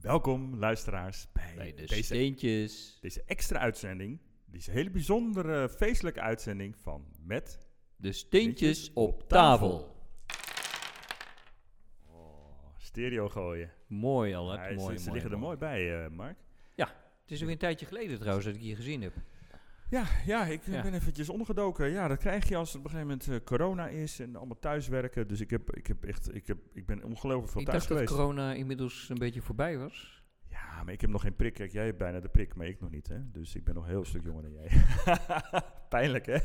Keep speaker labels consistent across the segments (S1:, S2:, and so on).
S1: Welkom luisteraars bij,
S2: Bij de
S1: deze,
S2: steentjes.
S1: deze extra uitzending. Deze hele bijzondere feestelijke uitzending van Met.
S2: De steentjes
S1: Steentjes op
S2: op tafel.
S1: Oh, stereo gooien.
S2: Mooi al, hè?
S1: Ja, ze-
S2: mooi,
S1: ze
S2: mooi,
S1: liggen er
S2: mooi.
S1: mooi bij, eh, Mark.
S2: Het is weer een tijdje geleden trouwens dat ik hier gezien heb.
S1: Ja, ja ik
S2: Ja.
S1: ben eventjes ondergedoken. Ja, dat krijg je als het op een gegeven moment eh, corona is en allemaal thuiswerken. Dus ik, heb, ik, heb echt, ik, heb, ik ben ongelooflijk veel
S2: ik
S1: thuis
S2: dacht dat
S1: geweest.
S2: corona inmiddels een beetje voorbij was.
S1: Ja, maar ik heb nog geen prik. Kijk, jij hebt bijna de prik, maar ik nog niet. Hè? Dus ik ben nog een heel stuk jonger dan jij. Pijnlijk, hè?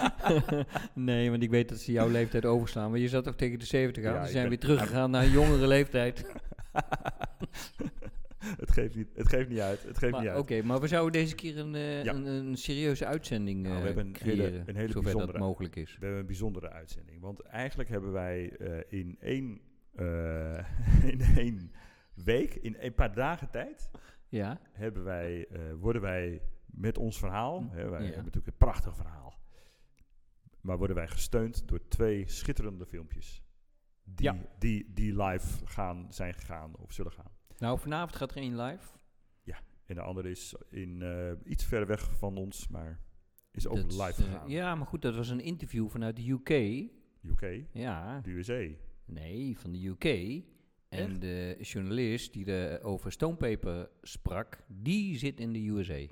S2: nee, want ik weet dat ze jouw leeftijd overslaan. Maar je zat toch tegen de 70 aan.
S1: Ja,
S2: ze
S1: ik
S2: zijn
S1: ben-
S2: weer teruggegaan naar een jongere leeftijd.
S1: het, geeft niet, het geeft niet uit. Het geeft
S2: Maar
S1: niet
S2: Oké,
S1: uit.
S2: maar we zouden deze keer een, eh,
S1: Ja.
S2: een, een serieuze uitzending
S1: Nou,
S2: eh,
S1: we hebben een hele-
S2: creëren.
S1: een hele
S2: zover dat
S1: bijzondere-
S2: mogelijk is.
S1: We hebben een bijzondere uitzending. Want eigenlijk hebben wij eh, in, één, eh, in één week, in een paar dagen tijd,
S2: Ja,
S1: hebben wij, eh, worden wij met ons verhaal, hè, wij
S2: Mm, Ja.
S1: hebben natuurlijk een prachtig verhaal, maar worden wij gesteund door twee schitterende filmpjes. Die,
S2: Ja.
S1: die, die live gaan, zijn gegaan of zullen gaan.
S2: nou vanavond gaat er één live.
S1: En de andere is in, eh, iets ver weg van ons, maar is ook
S2: Dat,
S1: live
S2: eh,
S1: gegaan.
S2: ja, maar goed, dat was een interview vanuit de UK.
S1: UK,
S2: Ja,
S1: de USA.
S2: Nee, van de UK. En
S1: Echt?
S2: de journalist die er over Stonepaper sprak, die zit in de USA.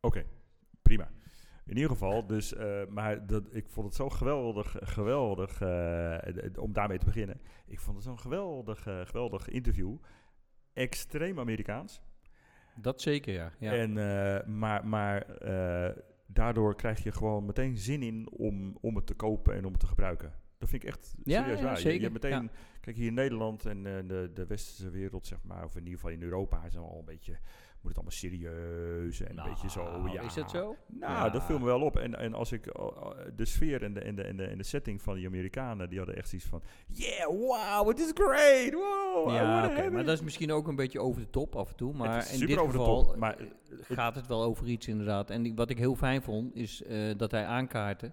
S1: Oké, prima. In ieder geval, dus, eh, maar dat, ik vond het zo geweldig, geweldig, eh, d- d- om daarmee te beginnen. Ik vond het zo'n geweldig, eh, geweldig interview. Extreem Amerikaans.
S2: Dat zeker, ja. ja.
S1: En, eh, maar maar eh, daardoor krijg je gewoon meteen zin in om, om het te kopen en om het te gebruiken. Dat vind ik echt
S2: Ja,
S1: serieus
S2: ja,
S1: waar. Je- Je,
S2: zeker,
S1: hebt meteen, kijk hier in Nederland en eh, de, de westerse wereld, zeg maar, of in ieder geval in Europa, zijn we al een beetje, moet het allemaal serieus en
S2: Nou,
S1: een beetje zo. Ja.
S2: Is dat zo?
S1: Nou,
S2: Ja.
S1: dat viel me wel op. En, en als ik oh, oh, de sfeer en de, en, de, en, de, en de setting van die Amerikanen, die hadden echt iets van: Yeah, wow, it is great! Wow, I
S2: ja,
S1: wanna
S2: oké.
S1: have
S2: maar
S1: it."
S2: dat is misschien ook een beetje over de top af en toe. Maar
S1: is
S2: in
S1: super
S2: dit
S1: over de
S2: geval
S1: top,
S2: eh,
S1: maar het-
S2: gaat het wel over iets inderdaad. En die- wat ik heel fijn vond, is eh, dat hij aankaartte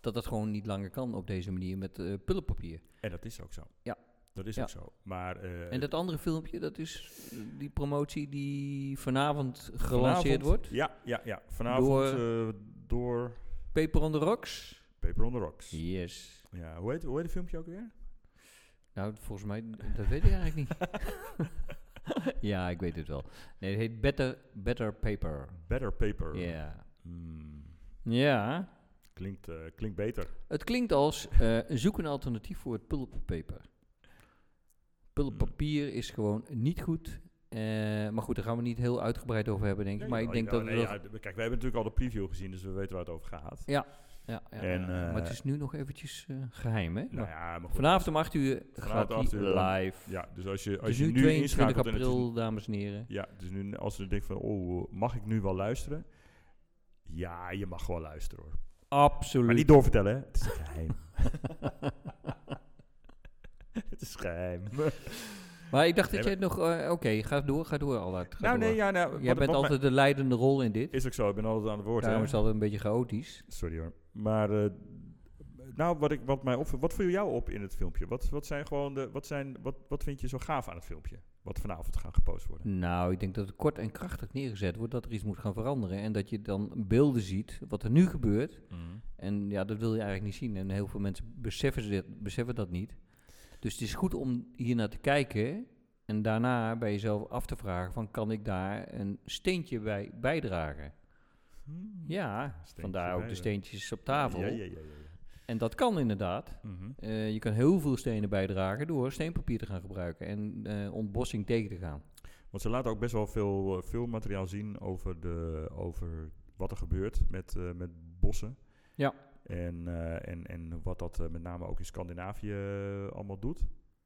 S2: dat dat gewoon niet langer kan op deze manier met eh pullenpapier.
S1: En dat is ook zo.
S2: Ja.
S1: Dat is
S2: Ja.
S1: ook zo. Maar eh,
S2: En dat andere filmpje, dat is eh, die promotie die vanavond gelanceerd
S1: vanavond-
S2: wordt.
S1: Ja, ja, ja. Vanavond
S2: Door-
S1: door, door
S2: Paper on the Rocks.
S1: Paper on the Rocks. Ja,
S2: Yes.
S1: hoe, heet, hoe heet het filmpje ook weer?
S2: Nou, volgens mij, dat weet ik eigenlijk niet. ja, ik weet het wel. Nee, het heet Better, Better Paper.
S1: Better
S2: Ja.
S1: Paper. Hmm,
S2: Ja.
S1: klinkt, eh, klinkt beter.
S2: Het klinkt als eh, zoek een alternatief voor het pulppaper. Pulppapier is gewoon niet goed. Eh, maar goed, daar gaan we niet heel uitgebreid over hebben, denk ik.
S1: Ja,
S2: maar ik
S1: jawel,
S2: denk dat
S1: jawel.
S2: we
S1: Nee,
S2: dat...
S1: ja, d- Kijk, we hebben natuurlijk al de preview gezien, dus we weten waar het over gaat.
S2: Ja, ja,
S1: En,
S2: ja.
S1: eh,
S2: maar het is nu nog eventjes eh, geheim, hè?
S1: Nou
S2: Maar
S1: ja, maar goed.
S2: vanavond om 8 uur gaat
S1: Vanavond om
S2: hij
S1: 8 uur dan.
S2: live.
S1: Ja, dus als je,
S2: Het
S1: als
S2: is
S1: je
S2: nu
S1: nu
S2: 22
S1: inschakelt en het is
S2: april, dames en heren.
S1: Ja, dus nu als je denkt van, oh, mag ik nu wel luisteren? Ja, je mag wel luisteren hoor.
S2: Absoluut.
S1: Maar niet doorvertellen, hè? Het is geheim. het is geheim.
S2: Maar ik dacht
S1: Nee,
S2: dat jij het nog... eh, Oké, ga door, ga door Allard. Ga
S1: nou,
S2: door.
S1: nee, ja, nou...
S2: jij
S1: wat-
S2: bent
S1: wat
S2: altijd de leidende rol in dit.
S1: mij- Is ook zo, ik ben altijd aan het woord.
S2: Daarom
S1: hè?
S2: is het altijd een beetje chaotisch.
S1: Sorry hoor. Maar, eh, nou, wat, ik, wat mij opviel... Wat viel jou op in het filmpje? Wat, wat zijn gewoon de... Wat, zijn, wat, wat vind je zo gaaf aan het filmpje? Wat vanavond gaat gepost worden?
S2: Nou, ik denk dat het kort en krachtig neergezet wordt dat er iets moet gaan veranderen. En dat je dan beelden ziet, wat er nu gebeurt. En ja, dat wil je eigenlijk niet zien. En heel veel mensen beseffen, dit, beseffen dat niet. Dus het is goed om hier naar te kijken. En daarna bij jezelf af te vragen van kan ik daar een steentje bij bijdragen?
S1: Hmm.
S2: Ja,
S1: Steentje
S2: vandaar ook de
S1: bijdragen.
S2: steentjes op tafel.
S1: Ja, ja, ja. ja, ja.
S2: En dat kan inderdaad.
S1: Mhm.
S2: Eh, je kan heel veel stenen bijdragen door steenpapier te gaan gebruiken en eh, ontbossing tegen te gaan.
S1: Want ze laten ook best wel veel, eh, veel materiaal zien over, de, over wat er gebeurt met, eh, met bossen.
S2: Ja.
S1: En, eh, en, en wat dat eh, met name ook in Scandinavië eh, allemaal doet.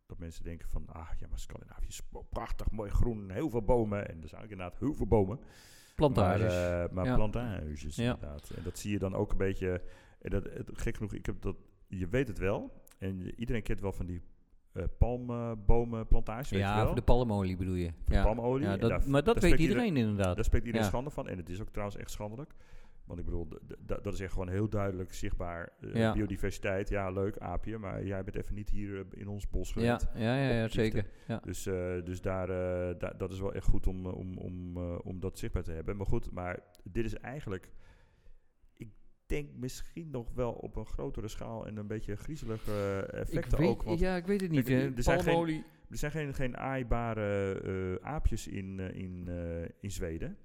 S1: Dat mensen denken van, ah ja, maar Scandinavië is mo- prachtig, mooi groen, heel veel bomen. En er zijn ook inderdaad heel veel bomen.
S2: Plantages.
S1: Maar, eh, maar
S2: Ja.
S1: plantages
S2: Ja.
S1: inderdaad. En dat zie je dan ook een beetje... En dat, het, gek genoeg, ik heb dat, je weet het wel. En je- iedereen kent wel van die eh palmbomenplantages, eh, weet je
S2: ja,
S1: wel?
S2: voor de palmolie bedoel je.
S1: Voor
S2: ja.
S1: palmolie.
S2: Ja,
S1: En
S2: dat,
S1: daar-
S2: maar dat
S1: daar
S2: weet
S1: spreekt
S2: iedereen inderdaad.
S1: Daar spreekt iedereen
S2: Ja.
S1: schande van. En het is ook trouwens echt schandelijk. Want ik bedoel, d- d- dat is echt gewoon heel duidelijk zichtbaar. Eh,
S2: Ja.
S1: Biodiversiteit, ja, leuk aapje, maar jij bent even niet hier eh, in ons bos geweest.
S2: Ja, ja, ja, ja, zeker. Ja.
S1: Dus, eh, dus daar, eh, da- dat is wel echt goed om, eh, om, om, eh, om dat zichtbaar te hebben. Maar goed, maar dit is eigenlijk, ik denk misschien nog wel op een grotere schaal en een beetje griezelige eh,
S2: Ik
S1: effecten ook.
S2: weet,
S1: Want
S2: ja, ik weet het niet.
S1: Kijk,
S2: hè.
S1: er zijn geen-
S2: Palmolie.
S1: er zijn geen, geen aaibare eh, aapjes in, eh, in, eh, in Zweden.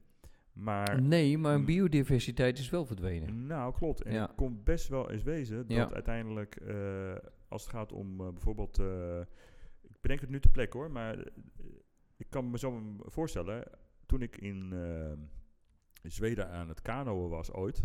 S1: Maar
S2: Nee, maar
S1: Mm.
S2: biodiversiteit is wel verdwenen.
S1: Nou, klopt. En
S2: Ja.
S1: het komt best wel eens wezen dat
S2: Ja.
S1: uiteindelijk, eh, als het gaat om eh, bijvoorbeeld, eh, ik bedenk het nu ter plekke hoor, maar eh, ik kan me zo voorstellen, toen ik in eh, in Zweden aan het kanoën was ooit,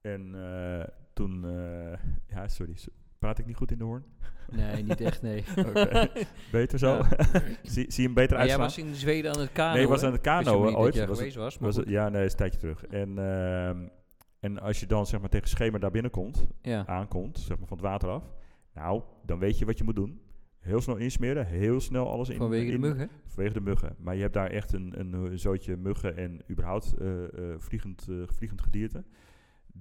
S1: en eh, toen, eh, ja sorry, s- praat ik niet goed in de hoorn?
S2: Nee, niet echt, nee.
S1: Hmm. Oké. Beter zo?
S2: Ja.
S1: zie, zie je hem beter
S2: Maar jij
S1: uitslaan?
S2: was in Zweden aan het kanoën.
S1: nee, ik was aan het kanoën ooit.
S2: Dat je
S1: Was het-
S2: geweest was, maar
S1: was het-
S2: goed.
S1: ja, nee, dat is een tijdje terug. En, ehm, en als je dan zeg maar tegen schema daar binnenkomt,
S2: ja.
S1: aankomt, zeg maar van het water af. Nou, dan weet je wat je moet doen. Heel snel insmeren, heel snel alles in.
S2: Vanwege de
S1: in-
S2: muggen.
S1: Vanwege de muggen. Maar je hebt daar echt een, een, eh, zootje muggen en überhaupt eh, eh, vliegend, eh, vliegend gedierte.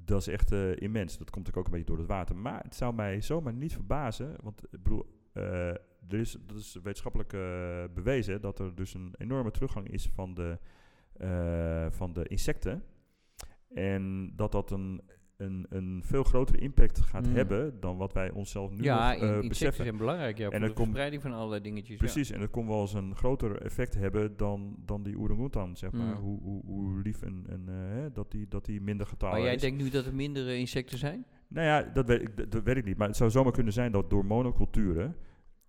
S1: Dat is echt eh, immens. Dat komt natuurlijk ook een beetje door het water. Maar het zou mij zomaar niet verbazen. Want ik bedoel, eh, er is, dat is wetenschappelijk eh, bewezen dat er dus een enorme teruggang is van de, eh, van de insecten. En dat dat een, een, een veel grotere impact gaat
S2: Mm.
S1: hebben dan wat wij onszelf nu
S2: ja,
S1: nog
S2: in-
S1: eh,
S2: insecten
S1: beseffen.
S2: zijn belangrijk. Ja, voor
S1: dat
S2: de
S1: komt-
S2: verspreiding van allerlei dingetjes. ja.
S1: Precies, en dat kon wel eens een groter effect hebben dan, dan die oerangutan, zeg maar.
S2: Mm.
S1: Hoe, hoe, hoe lief en, en eh, hè, dat, die, dat die minder getallen
S2: Maar jij
S1: Oh, is.
S2: denkt nu dat er minder eh, insecten zijn?
S1: Nou ja, dat weet, ik, dat- dat weet ik niet. Maar het zou zomaar kunnen zijn dat door monoculturen...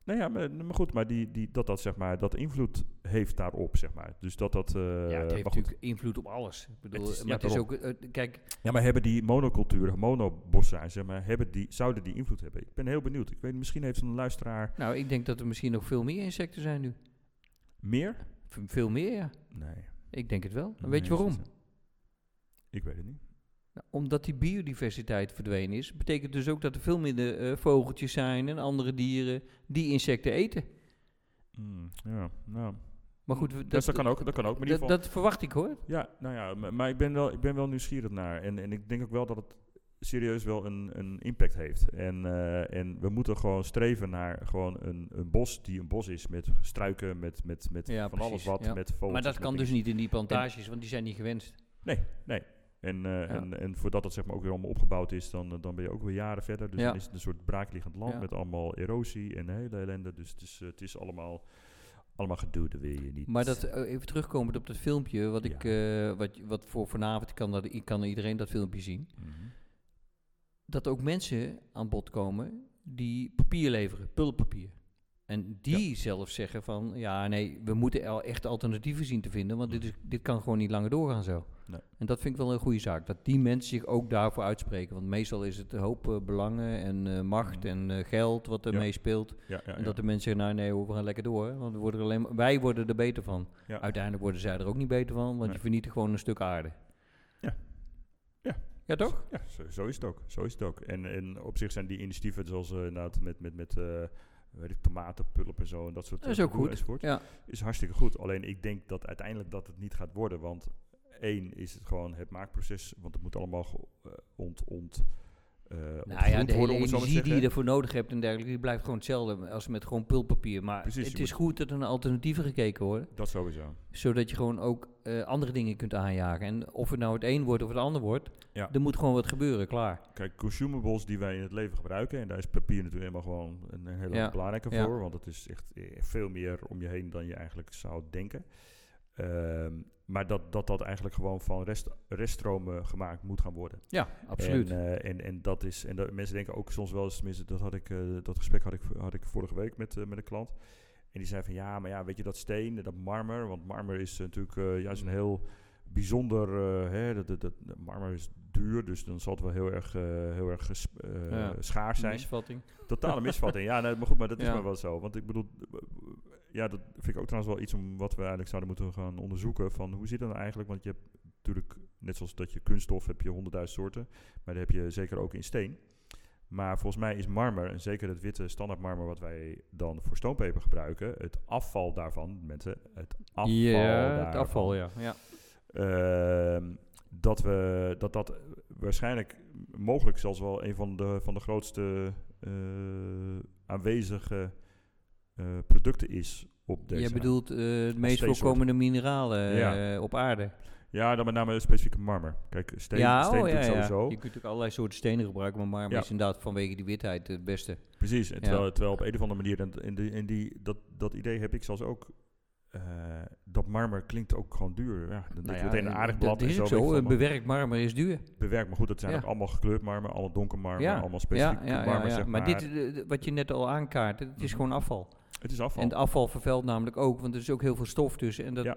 S1: Nou ja, maar, maar goed, maar die, die, dat dat, zeg maar, dat invloed heeft daarop, zeg maar. Dus dat dat... eh,
S2: ja, het
S1: maar
S2: heeft
S1: goed.
S2: natuurlijk invloed op alles. Ik bedoel,
S1: Het is-
S2: maar
S1: ja,
S2: het is
S1: daarom.
S2: ook... eh, kijk,
S1: Ja, maar hebben die monoculturen, monobossen, zeg maar, hebben die, zouden die invloed hebben? Ik ben heel benieuwd. Ik weet, misschien heeft een luisteraar
S2: nou, ik denk dat er misschien nog veel meer insecten zijn nu.
S1: meer?
S2: V- veel meer, ja.
S1: Nee.
S2: Ik denk het wel. En
S1: Nee,
S2: weet je waarom?
S1: is het- Ik weet het niet.
S2: Nou, omdat die biodiversiteit verdwenen is, betekent dus ook dat er veel minder eh, vogeltjes zijn en andere dieren die insecten eten.
S1: Mm, ja, nou...
S2: Maar goed, we-
S1: Dus dat kan ook, dat kan ook. Maar in
S2: dat,
S1: ieder geval,
S2: dat verwacht ik hoor.
S1: ja, nou ja, m- maar ik ben wel, ik ben wel nieuwsgierig naar. En, en ik denk ook wel dat het serieus wel een, een impact heeft. En, eh, en we moeten gewoon streven naar gewoon een, een bos die een bos is. Met struiken, met, met, met
S2: Ja,
S1: van alles
S2: precies,
S1: wat,
S2: ja.
S1: met vogels.
S2: Maar dat
S1: met
S2: kan
S1: dingen.
S2: dus niet in die plantages, want die zijn niet gewenst.
S1: En, eh,
S2: Ja.
S1: en, en voordat dat zeg maar ook weer allemaal opgebouwd is, dan, eh, dan ben je ook weer jaren verder. Dus
S2: Ja.
S1: dan is het een soort braakliggend land
S2: Ja.
S1: met allemaal erosie en hele ellende. Dus het is, eh, het is allemaal, allemaal gedoe, dat wil je niet.
S2: Maar dat, eh, even terugkomend op dat filmpje, wat, ik, eh, wat, wat voor vanavond kan, dat, i- kan iedereen dat filmpje zien.
S1: Mhm.
S2: Dat ook mensen aan bod komen die papier leveren, pulpapier. En die zelf zeggen van, ja nee, we moeten al echt alternatieven zien te vinden, want dit, is, dit kan gewoon niet langer doorgaan zo.
S1: Nee.
S2: En dat vind ik wel een goede zaak, dat die mensen zich ook daarvoor uitspreken. Want meestal is het een hoop eh, belangen en eh, macht
S1: Mhm.
S2: en eh, geld wat er
S1: Ja.
S2: mee speelt.
S1: Ja, ja,
S2: En dat
S1: ja.
S2: de mensen zeggen, nou nee hoor, we gaan lekker door. Want we worden er alleen maar- wij worden er beter van.
S1: Ja.
S2: Uiteindelijk worden zij er ook niet beter van, want
S1: Nee.
S2: je vernietigt gewoon een stuk aarde.
S1: Ja. Ja.
S2: Ja toch?
S1: Ja, zo, zo is het ook. Zo is het ook. En, en op zich zijn die initiatieven zoals eh inderdaad met, met, met eh, weet ik, tomatenpulp en zo en dat soort
S2: Dat is
S1: eh,
S2: ook
S1: gedoe
S2: goed.
S1: enzovoort,
S2: Ja.
S1: Is hartstikke goed. Alleen ik denk dat uiteindelijk dat het niet gaat worden. Want één is het gewoon het maakproces, want het moet allemaal ge- eh, ont, ont, eh
S2: Nou ja,
S1: ontgroeid
S2: de hele
S1: worden, om het zo maar te
S2: energie die
S1: zeggen.
S2: je ervoor nodig hebt en dergelijke, die blijft gewoon hetzelfde als met gewoon pulpapier. Maar
S1: Precies, je
S2: het
S1: moet-
S2: is goed dat er naar alternatieven gekeken wordt,
S1: Dat sowieso.
S2: zodat je gewoon ook eh, andere dingen kunt aanjagen. En of het nou het een wordt of het ander wordt,
S1: Ja.
S2: er moet gewoon wat gebeuren, klaar.
S1: Kijk, consumables die wij in het leven gebruiken, en daar is papier natuurlijk helemaal gewoon een een hele
S2: Ja,
S1: belangrijke
S2: ja.
S1: voor, want het is echt eh, veel meer om je heen dan je eigenlijk zou denken. Ehm, maar dat, dat dat eigenlijk gewoon van rest, reststromen gemaakt moet gaan worden.
S2: Ja, absoluut.
S1: En, eh, en, en dat is, en dat, mensen denken ook soms wel eens, tenminste, dat, had ik, eh, dat gesprek had ik, had ik vorige week met, eh, met een klant. En die zei van ja, maar ja, weet je dat steen, eh, dat marmer, want marmer is natuurlijk eh, juist
S2: Mm.
S1: een heel bijzonder, eh, hè, dat, dat, dat- marmer is duur, dus dan zal het wel heel erg, eh, heel erg ges- eh,
S2: Ja.
S1: schaars zijn.
S2: Misvatting.
S1: Totale misvatting. Ja, nee, maar goed, maar dat is
S2: Ja.
S1: maar wel zo. Want ik bedoel, eh, ja, dat vind ik ook trouwens wel iets om wat we eigenlijk zouden moeten gaan onderzoeken. Van hoe zit dat nou eigenlijk? Want je hebt natuurlijk, net zoals dat je kunststof heb je honderdduizend soorten. Maar dat heb je zeker ook in steen. Maar volgens mij is marmer, en zeker het witte standaard marmer wat wij dan voor stoompeper gebruiken, het afval daarvan, mensen, het afval
S2: ja, het
S1: daarvan,
S2: afval, ja. ja.
S1: Ehm, dat, we, dat dat waarschijnlijk mogelijk zelfs wel een van de, van de grootste eh, aanwezige eh, producten is op deze
S2: Jij
S1: aarde.
S2: bedoelt eh de meest
S1: steeksoort.
S2: voorkomende mineralen
S1: Ja.
S2: eh, op aarde.
S1: Ja, dan met name specifieke marmer. Kijk, steen, steen
S2: oh,
S1: natuurlijk
S2: Je
S1: sowieso.
S2: kunt natuurlijk allerlei soorten stenen gebruiken, maar marmer
S1: Ja.
S2: is inderdaad vanwege die witheid het beste.
S1: Precies, en terwijl,
S2: Ja.
S1: terwijl op een of andere manier, en, en, die, en die, dat, dat idee heb ik zelfs ook, eh, dat marmer klinkt ook gewoon duur. Ja, dan denk je meteen een
S2: eh,
S1: aardig
S2: dat
S1: blad en
S2: is
S1: zo.
S2: ook
S1: weet je
S2: zo.
S1: van,
S2: eh, Bewerkt marmer is duur.
S1: bewerkt, maar goed, dat zijn
S2: Ja.
S1: ook allemaal gekleurd marmer, allemaal donker marmer,
S2: Ja,
S1: allemaal specifiek marmer, zeg
S2: Maar
S1: maar.
S2: dit, eh, wat je net al aankaart, het is
S1: Mhm.
S2: gewoon afval.
S1: het is afval.
S2: En het afval vervuilt namelijk ook, want er is ook heel veel stof tussen. En dat,
S1: Ja.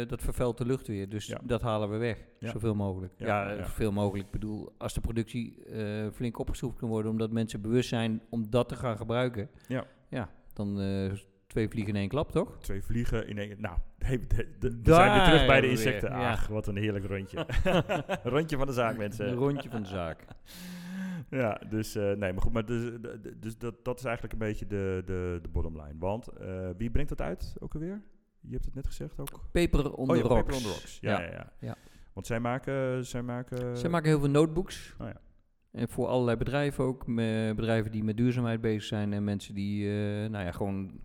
S2: eh, dat vervuilt de lucht weer. Dus
S1: Ja.
S2: dat halen we weg,
S1: Ja.
S2: zoveel mogelijk.
S1: Ja,
S2: Ja,
S1: ja.
S2: zoveel mogelijk. Ik bedoel, als de productie eh, flink opgeschroefd kan worden... omdat mensen bewust zijn om dat te gaan gebruiken...
S1: Ja.
S2: ja dan eh, twee vliegen in één klap, toch?
S1: Twee vliegen in één... Nou, hey, de- de- we
S2: Daar
S1: zijn weer terug bij de
S2: hebben we
S1: insecten.
S2: weer, ja.
S1: Ach, wat een heerlijk rondje. rondje van de zaak, mensen.
S2: Een rondje van de zaak.
S1: Ja, dus eh, nee, maar goed, maar dus, eh, d- dus dat, dat is eigenlijk een beetje de, de, de bottom line. Want eh, wie brengt dat uit ook alweer? Je hebt het net gezegd ook.
S2: Peper on
S1: oh,
S2: the
S1: ja,
S2: rocks.
S1: Paper on the Rocks. Ja, ja. Ja,
S2: ja.
S1: Want zij maken... Zij maken,
S2: Zij maken heel veel notebooks.
S1: Eh, Oh ja.
S2: En voor allerlei bedrijven ook. me- Bedrijven die met duurzaamheid bezig zijn. En mensen die eh, nou ja, gewoon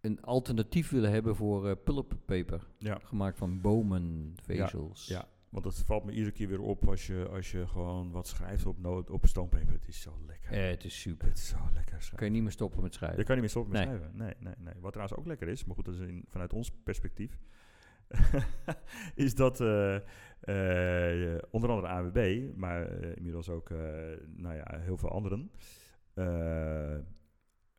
S2: een alternatief willen hebben voor eh pulppaper.
S1: Ja.
S2: Gemaakt van bomen, vezels.
S1: ja. Want dat valt me iedere keer weer op als je, als je gewoon wat schrijft op, nood, op stoompeper. Het is zo lekker.
S2: Eh, het is super.
S1: Het is zo lekker schrijven.
S2: Kun je niet meer stoppen met
S1: Je
S2: schrijven.
S1: kan niet meer stoppen met
S2: Nee.
S1: schrijven. Nee, nee, nee. Wat trouwens ook lekker is, maar goed, dat is in, vanuit ons perspectief, is dat eh, eh, onder andere AWB, maar eh, inmiddels ook eh, nou ja, heel veel anderen, eh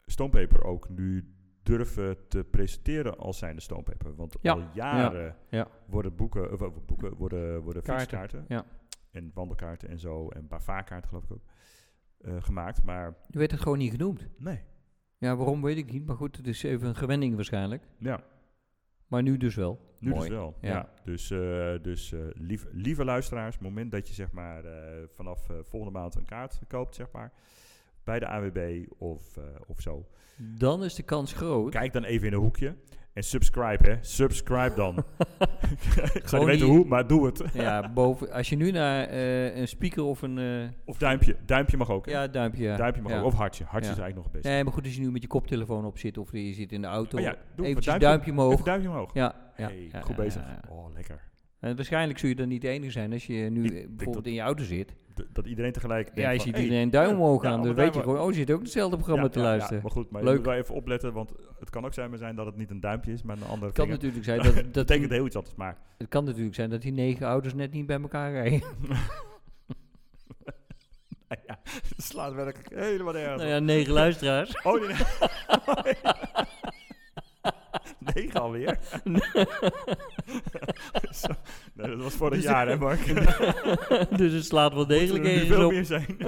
S1: stoompeper ook nu durven te presenteren als zijnde stoompeper. Want
S2: Ja,
S1: al jaren
S2: ja.
S1: worden boeken, of, eh, boeken worden, worden
S2: Kaarten,
S1: fietskaarten
S2: ja.
S1: en wandelkaarten en zo, en bavaarkaarten geloof ik ook, eh, gemaakt. Maar
S2: Je werd het gewoon niet genoemd.
S1: nee,
S2: Ja, waarom weet ik niet. Maar goed, het is even een gewenning waarschijnlijk.
S1: ja.
S2: Maar nu dus wel.
S1: Nu
S2: Mooi.
S1: dus wel. Ja.
S2: ja.
S1: Dus, eh, dus eh, lief, lieve luisteraars, het moment dat je zeg maar, eh, vanaf eh, volgende maand een kaart koopt, zeg maar, bij de AWB of, eh, of zo.
S2: Dan is de kans groot.
S1: Kijk dan even in een hoekje. En subscribe, hè? Subscribe dan. Ik zou
S2: Gewoon
S1: niet weten
S2: die-
S1: hoe, maar doe het.
S2: Ja, boven, als je nu naar eh, een speaker of een eh,
S1: Of duimpje. Duimpje mag ook. hè?
S2: ja, duimpje, ja.
S1: Duimpje mag
S2: Ja.
S1: ook. Of hartje. Hartje
S2: Ja.
S1: is eigenlijk nog het beste.
S2: Nee, maar goed, als je nu met je koptelefoon op zit of je zit in de auto,
S1: Oh ja, doe even
S2: eventjes
S1: duimpje,
S2: duimpje, omhoog.
S1: even duimpje omhoog.
S2: ja, ja,
S1: Hey,
S2: ja,
S1: goed
S2: ja,
S1: bezig.
S2: ja, ja.
S1: Oh, lekker.
S2: En waarschijnlijk zul je dan niet de enige zijn als je nu
S1: Ik
S2: eh,
S1: denk
S2: bijvoorbeeld
S1: dat-
S2: in je auto zit.
S1: D- dat iedereen tegelijk denkt
S2: Ja, je
S1: van,
S2: ziet
S1: hey,
S2: iedereen duim omhoog
S1: Ja,
S2: gaan,
S1: allemaal
S2: dan weet je
S1: duimen-
S2: gewoon, oh, je zit ook hetzelfde programma te luisteren.
S1: maar goed, maar
S2: Leuk.
S1: je moet wel even opletten, want het kan ook zijn, zijn dat het niet een duimpje is, maar een andere
S2: het kan
S1: vinger.
S2: natuurlijk zijn dat,
S1: Dat
S2: dat
S1: betekent heel iets anders, maar...
S2: het kan natuurlijk zijn dat die negen auto's net niet bij elkaar rijden.
S1: ja, het slaat werkelijk helemaal nergens
S2: nou
S1: op.
S2: ja, negen luisteraars.
S1: Oh, nee, nee. Negen alweer? Zo. nee, dat was vorig
S2: Dus-
S1: jaar, hè Mark?
S2: dus het slaat wel degelijk
S1: Zullen er nu
S2: ergens
S1: veel
S2: op.
S1: meer zijn.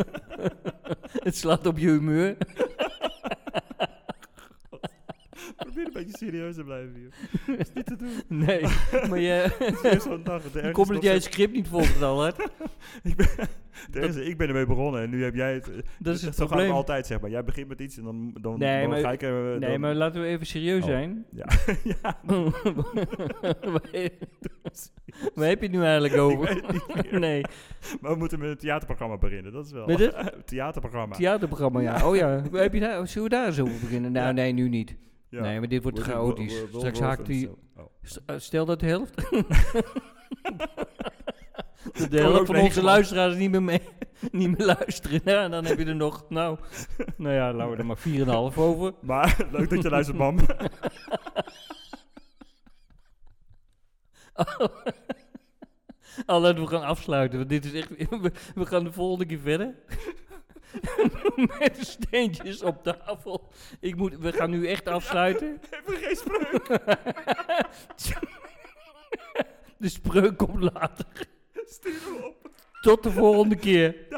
S2: Het slaat op je humeur.
S1: Probeer een beetje serieus te blijven hier.
S2: Nee, maar je...
S1: Het is weer zo'n dag. het ergste
S2: Kom
S1: nog
S2: dat jij het
S1: zo-
S2: script niet volgt al, hè?
S1: Ik ben, het ergste, ik ben ermee begonnen en nu heb jij het...
S2: Dat is het
S1: Dus zo gaat het
S2: probleem.
S1: altijd, zeg maar. Jij begint met iets en dan, dan,
S2: Nee,
S1: dan
S2: maar-
S1: ga ik... eh,
S2: Nee,
S1: dan-
S2: maar laten we even serieus
S1: Oh.
S2: zijn.
S1: Ja.
S2: Waar heb je het nu eigenlijk
S1: Ik
S2: over?
S1: weet het niet meer.
S2: Nee,
S1: Maar we moeten met het theaterprogramma beginnen, dat is wel...
S2: Met
S1: het? theaterprogramma.
S2: theaterprogramma, ja. Oh ja, Waar heb je daar, zullen we daar eens over beginnen? Nou,
S1: Ja.
S2: nee, nu niet.
S1: Ja.
S2: Nee, maar dit wordt te
S1: Wil-
S2: chaotisch.
S1: wil- wil- wil-
S2: Straks
S1: wil- wil-
S2: haakt die...
S1: zo. Oh.
S2: s- eh, Stel dat de helft... Dat de
S1: Kan ook
S2: helft van onze
S1: negen man.
S2: luisteraars niet meer, mee, niet meer luisteren. Nou, en dan heb je er nog... Nou, nou ja, laten we er maar 4,5 over.
S1: Maar leuk dat je luistert, mam.
S2: Al Oh, laten we gaan afsluiten, want dit is echt... We, we gaan de volgende keer verder. Met de steentjes op tafel. Ik moet, we gaan nu echt afsluiten.
S1: Even geen spreuk.
S2: De spreuk komt later.
S1: Stuur hem op.
S2: Tot de volgende keer.